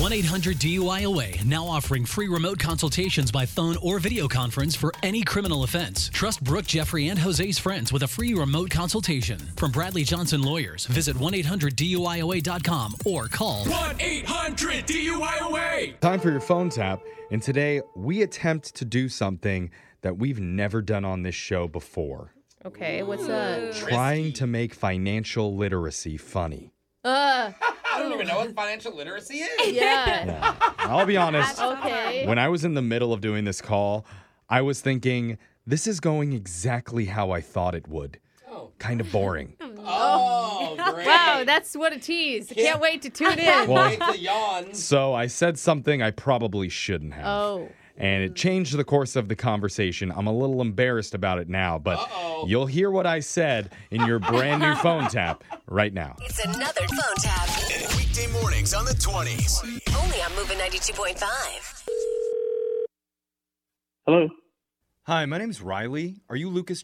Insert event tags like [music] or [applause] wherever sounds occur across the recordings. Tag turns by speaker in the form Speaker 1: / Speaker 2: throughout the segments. Speaker 1: 1 800 DUIOA now offering free remote consultations by phone or video conference for any criminal offense. Trust Brooke, Jeffrey, and Jose's friends with a free remote consultation. From Bradley Johnson Lawyers, visit 1 800 DUIOA.com or call
Speaker 2: 1 800 DUIOA.
Speaker 3: Time for your phone tap, and today we attempt to do something that we've never done on this show before.
Speaker 4: Okay, what's that?
Speaker 3: Trying to make financial literacy funny.
Speaker 4: Uh,
Speaker 5: I don't even know what financial literacy is.
Speaker 4: [laughs] yeah.
Speaker 3: Yeah. I'll be honest.
Speaker 4: Okay.
Speaker 3: When I was in the middle of doing this call, I was thinking, this is going exactly how I thought it would.
Speaker 5: Oh.
Speaker 3: Kind of boring.
Speaker 5: Oh, great.
Speaker 4: Wow, that's what a tease. Can't wait to tune in.
Speaker 3: Well-
Speaker 5: Wait the yawns.
Speaker 3: So I said something I probably shouldn't have.
Speaker 4: Oh.
Speaker 3: And it changed the course of the conversation. I'm a little embarrassed about it now, but
Speaker 5: Uh-oh.
Speaker 3: you'll hear what I said in your brand new [laughs] phone tap right now.
Speaker 6: It's another phone tap.
Speaker 7: Weekday mornings on the 20s.
Speaker 6: Only on Moving 92.5.
Speaker 8: Hello,
Speaker 3: Hi, my name's Riley. Are you Lucas?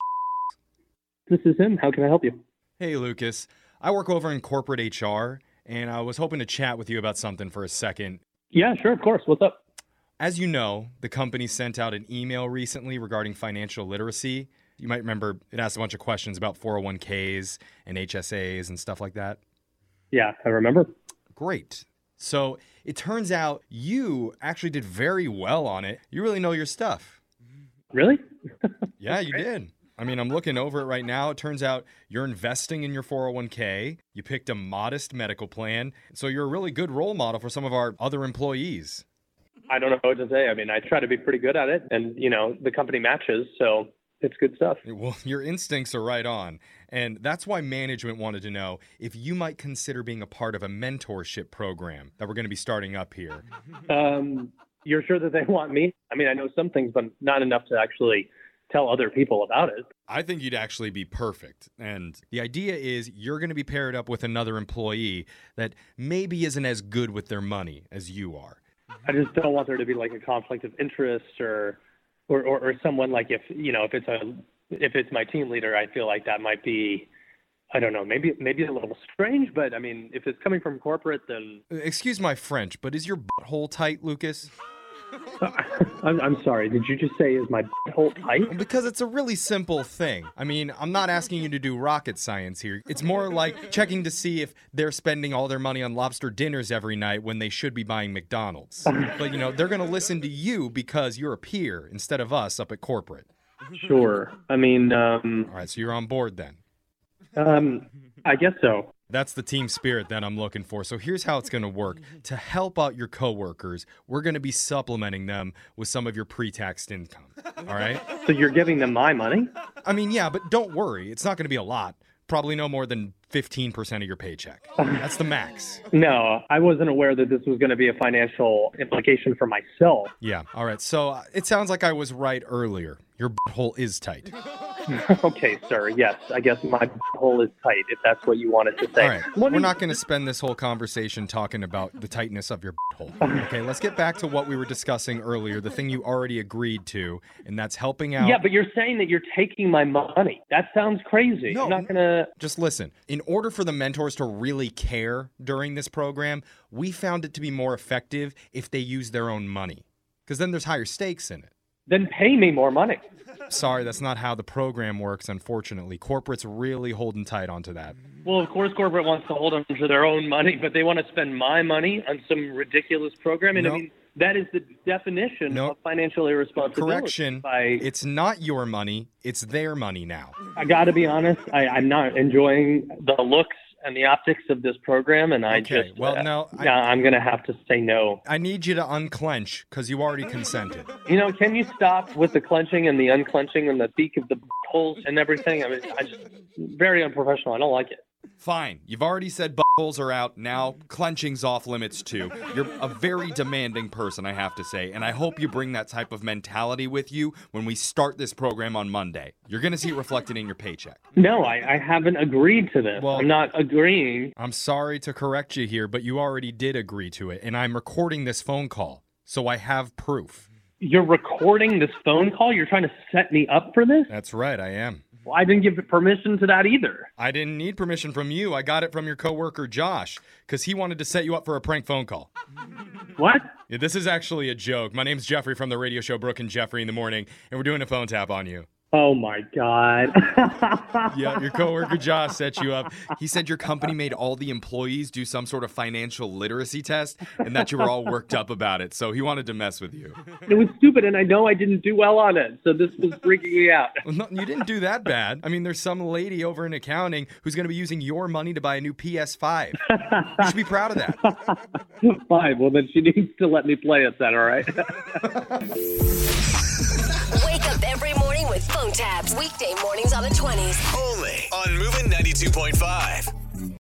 Speaker 8: this is him. How can I help you?
Speaker 3: Hey, Lucas. I work over in corporate HR, and I was hoping to chat with you about something for a second.
Speaker 8: Yeah, sure, of course. What's up?
Speaker 3: As you know, the company sent out an email recently regarding financial literacy. You might remember it asked a bunch of questions about 401ks and HSAs and stuff like that.
Speaker 8: Yeah, I remember.
Speaker 3: Great. So it turns out you actually did very well on it. You really know your stuff.
Speaker 8: Really?
Speaker 3: Yeah, you did. I mean, I'm looking over it right now. It turns out you're investing in your 401k. You picked a modest medical plan. So you're a really good role model for some of our other employees.
Speaker 8: I don't know what to say. I mean, I try to be pretty good at it, and you know, the company matches, so it's good stuff.
Speaker 3: Well, [laughs] your instincts are right on. And that's why management wanted to know if you might consider being a part of a mentorship program that we're going to be starting up here.
Speaker 8: Um, you're sure that they want me? I mean, I know some things, but not enough to actually tell other people about it.
Speaker 3: I think you'd actually be perfect. And the idea is you're going to be paired up with another employee that maybe isn't as good with their money as you are.
Speaker 8: I just don't want there to be like a conflict of interest or, or, or, or someone like if you know if it's a if it's my team leader, I feel like that might be. I don't know. Maybe maybe a little strange, but I mean, if it's coming from corporate, then
Speaker 3: Uh, Excuse my French, but is your butthole tight, Lucas?
Speaker 8: I'm, I'm sorry. Did you just say is my whole pipe?
Speaker 3: Because it's a really simple thing. I mean, I'm not asking you to do rocket science here. It's more like checking to see if they're spending all their money on lobster dinners every night when they should be buying McDonald's. But, you know, they're going to listen to you because you're a peer instead of us up at corporate.
Speaker 8: Sure. I mean, um,
Speaker 3: All right, so you're on board then.
Speaker 8: um, I guess so.
Speaker 3: That's the team spirit that I'm looking for. So here's how it's going to work. To help out your coworkers, we're going to be supplementing them with some of your pre-taxed income. All right?
Speaker 8: So you're giving them my money?
Speaker 3: I mean, yeah, but don't worry. It's not going to be a lot. Probably no more than 15% of your paycheck. That's the max.
Speaker 8: No, I wasn't aware that this was going to be a financial implication for myself.
Speaker 3: Yeah. All right. So uh, it sounds like I was right earlier. Your butthole is tight.
Speaker 8: Okay, sir. Yes, I guess my hole is tight. If that's what you wanted to say.
Speaker 3: All right.
Speaker 8: What
Speaker 3: We're
Speaker 8: is-
Speaker 3: not going to spend this whole conversation talking about the tightness of your butthole. Okay, let's get back to what we were discussing earlier, the thing you already agreed to, and that's helping out
Speaker 8: Yeah, but you're saying that you're taking my money. That sounds crazy.
Speaker 3: No.
Speaker 8: I'm not gonna.
Speaker 3: Just listen. In order for the mentors to really care during this program, we found it to be more effective if they use their own money. Because then there's higher stakes in it.
Speaker 8: Then pay me more money.
Speaker 3: Sorry, that's not how the program works, unfortunately. Corporate's really holding tight onto that.
Speaker 8: Well, of course, corporate wants to hold on to their own money, but they want to spend my money on some ridiculous program. And
Speaker 3: Nope.
Speaker 8: I mean, that is the definition
Speaker 3: Nope.
Speaker 8: of financial irresponsibility.
Speaker 3: Correction.
Speaker 8: By,
Speaker 3: It's not your money, it's their money now.
Speaker 8: I got to be honest, I, I'm not enjoying the looks and the optics of this program, and I
Speaker 3: Okay,
Speaker 8: just
Speaker 3: well,
Speaker 8: uh,
Speaker 3: no, I-
Speaker 8: yeah, I'm gonna have to say no.
Speaker 3: I need you to unclench because you already consented.
Speaker 8: You know, can you stop with the clenching and the unclenching and the beak of the holes and everything? I mean, I just very unprofessional. I don't like it.
Speaker 3: Fine, you've already said buttholes are out. Now clenching's off limits too. You're a very demanding person, I have to say, and I hope you bring that type of mentality with you when we start this program on Monday. You're gonna see it reflected in your paycheck.
Speaker 8: No, I, I haven't agreed to this.
Speaker 3: Well-
Speaker 8: I'm not agreeing.
Speaker 3: I'm sorry to correct you here, but you already did agree to it, and I'm recording this phone call, so I have proof.
Speaker 8: You're recording this phone call. You're trying to set me up for this.
Speaker 3: That's right, I am.
Speaker 8: Well, I didn't give permission to that either.
Speaker 3: I didn't need permission from you. I got it from your coworker Josh, because he wanted to set you up for a prank phone call.
Speaker 8: What?
Speaker 3: Yeah, this is actually a joke. My name's Jeffrey from the radio show Brooke and Jeffrey in the morning, and we're doing a phone tap on you.
Speaker 8: Oh my God. [laughs]
Speaker 3: Yeah, your coworker Josh set you up. He said your company made all the employees do some sort of financial literacy test and that you were all worked up about it. So he wanted to mess with you.
Speaker 8: it was stupid, and I know I didn't do well on it, so this was freaking me out. [laughs]
Speaker 3: Well, no, you didn't do that bad. I mean, there's some lady over in accounting who's going to be using your money to buy a new PS5. You should be proud of that.
Speaker 8: Fine. Well, then she needs to let me play it then, all right? [laughs]
Speaker 6: Wake up every morning with phone tabs. Weekday mornings on the 20s.
Speaker 7: Only on Moving 92.5.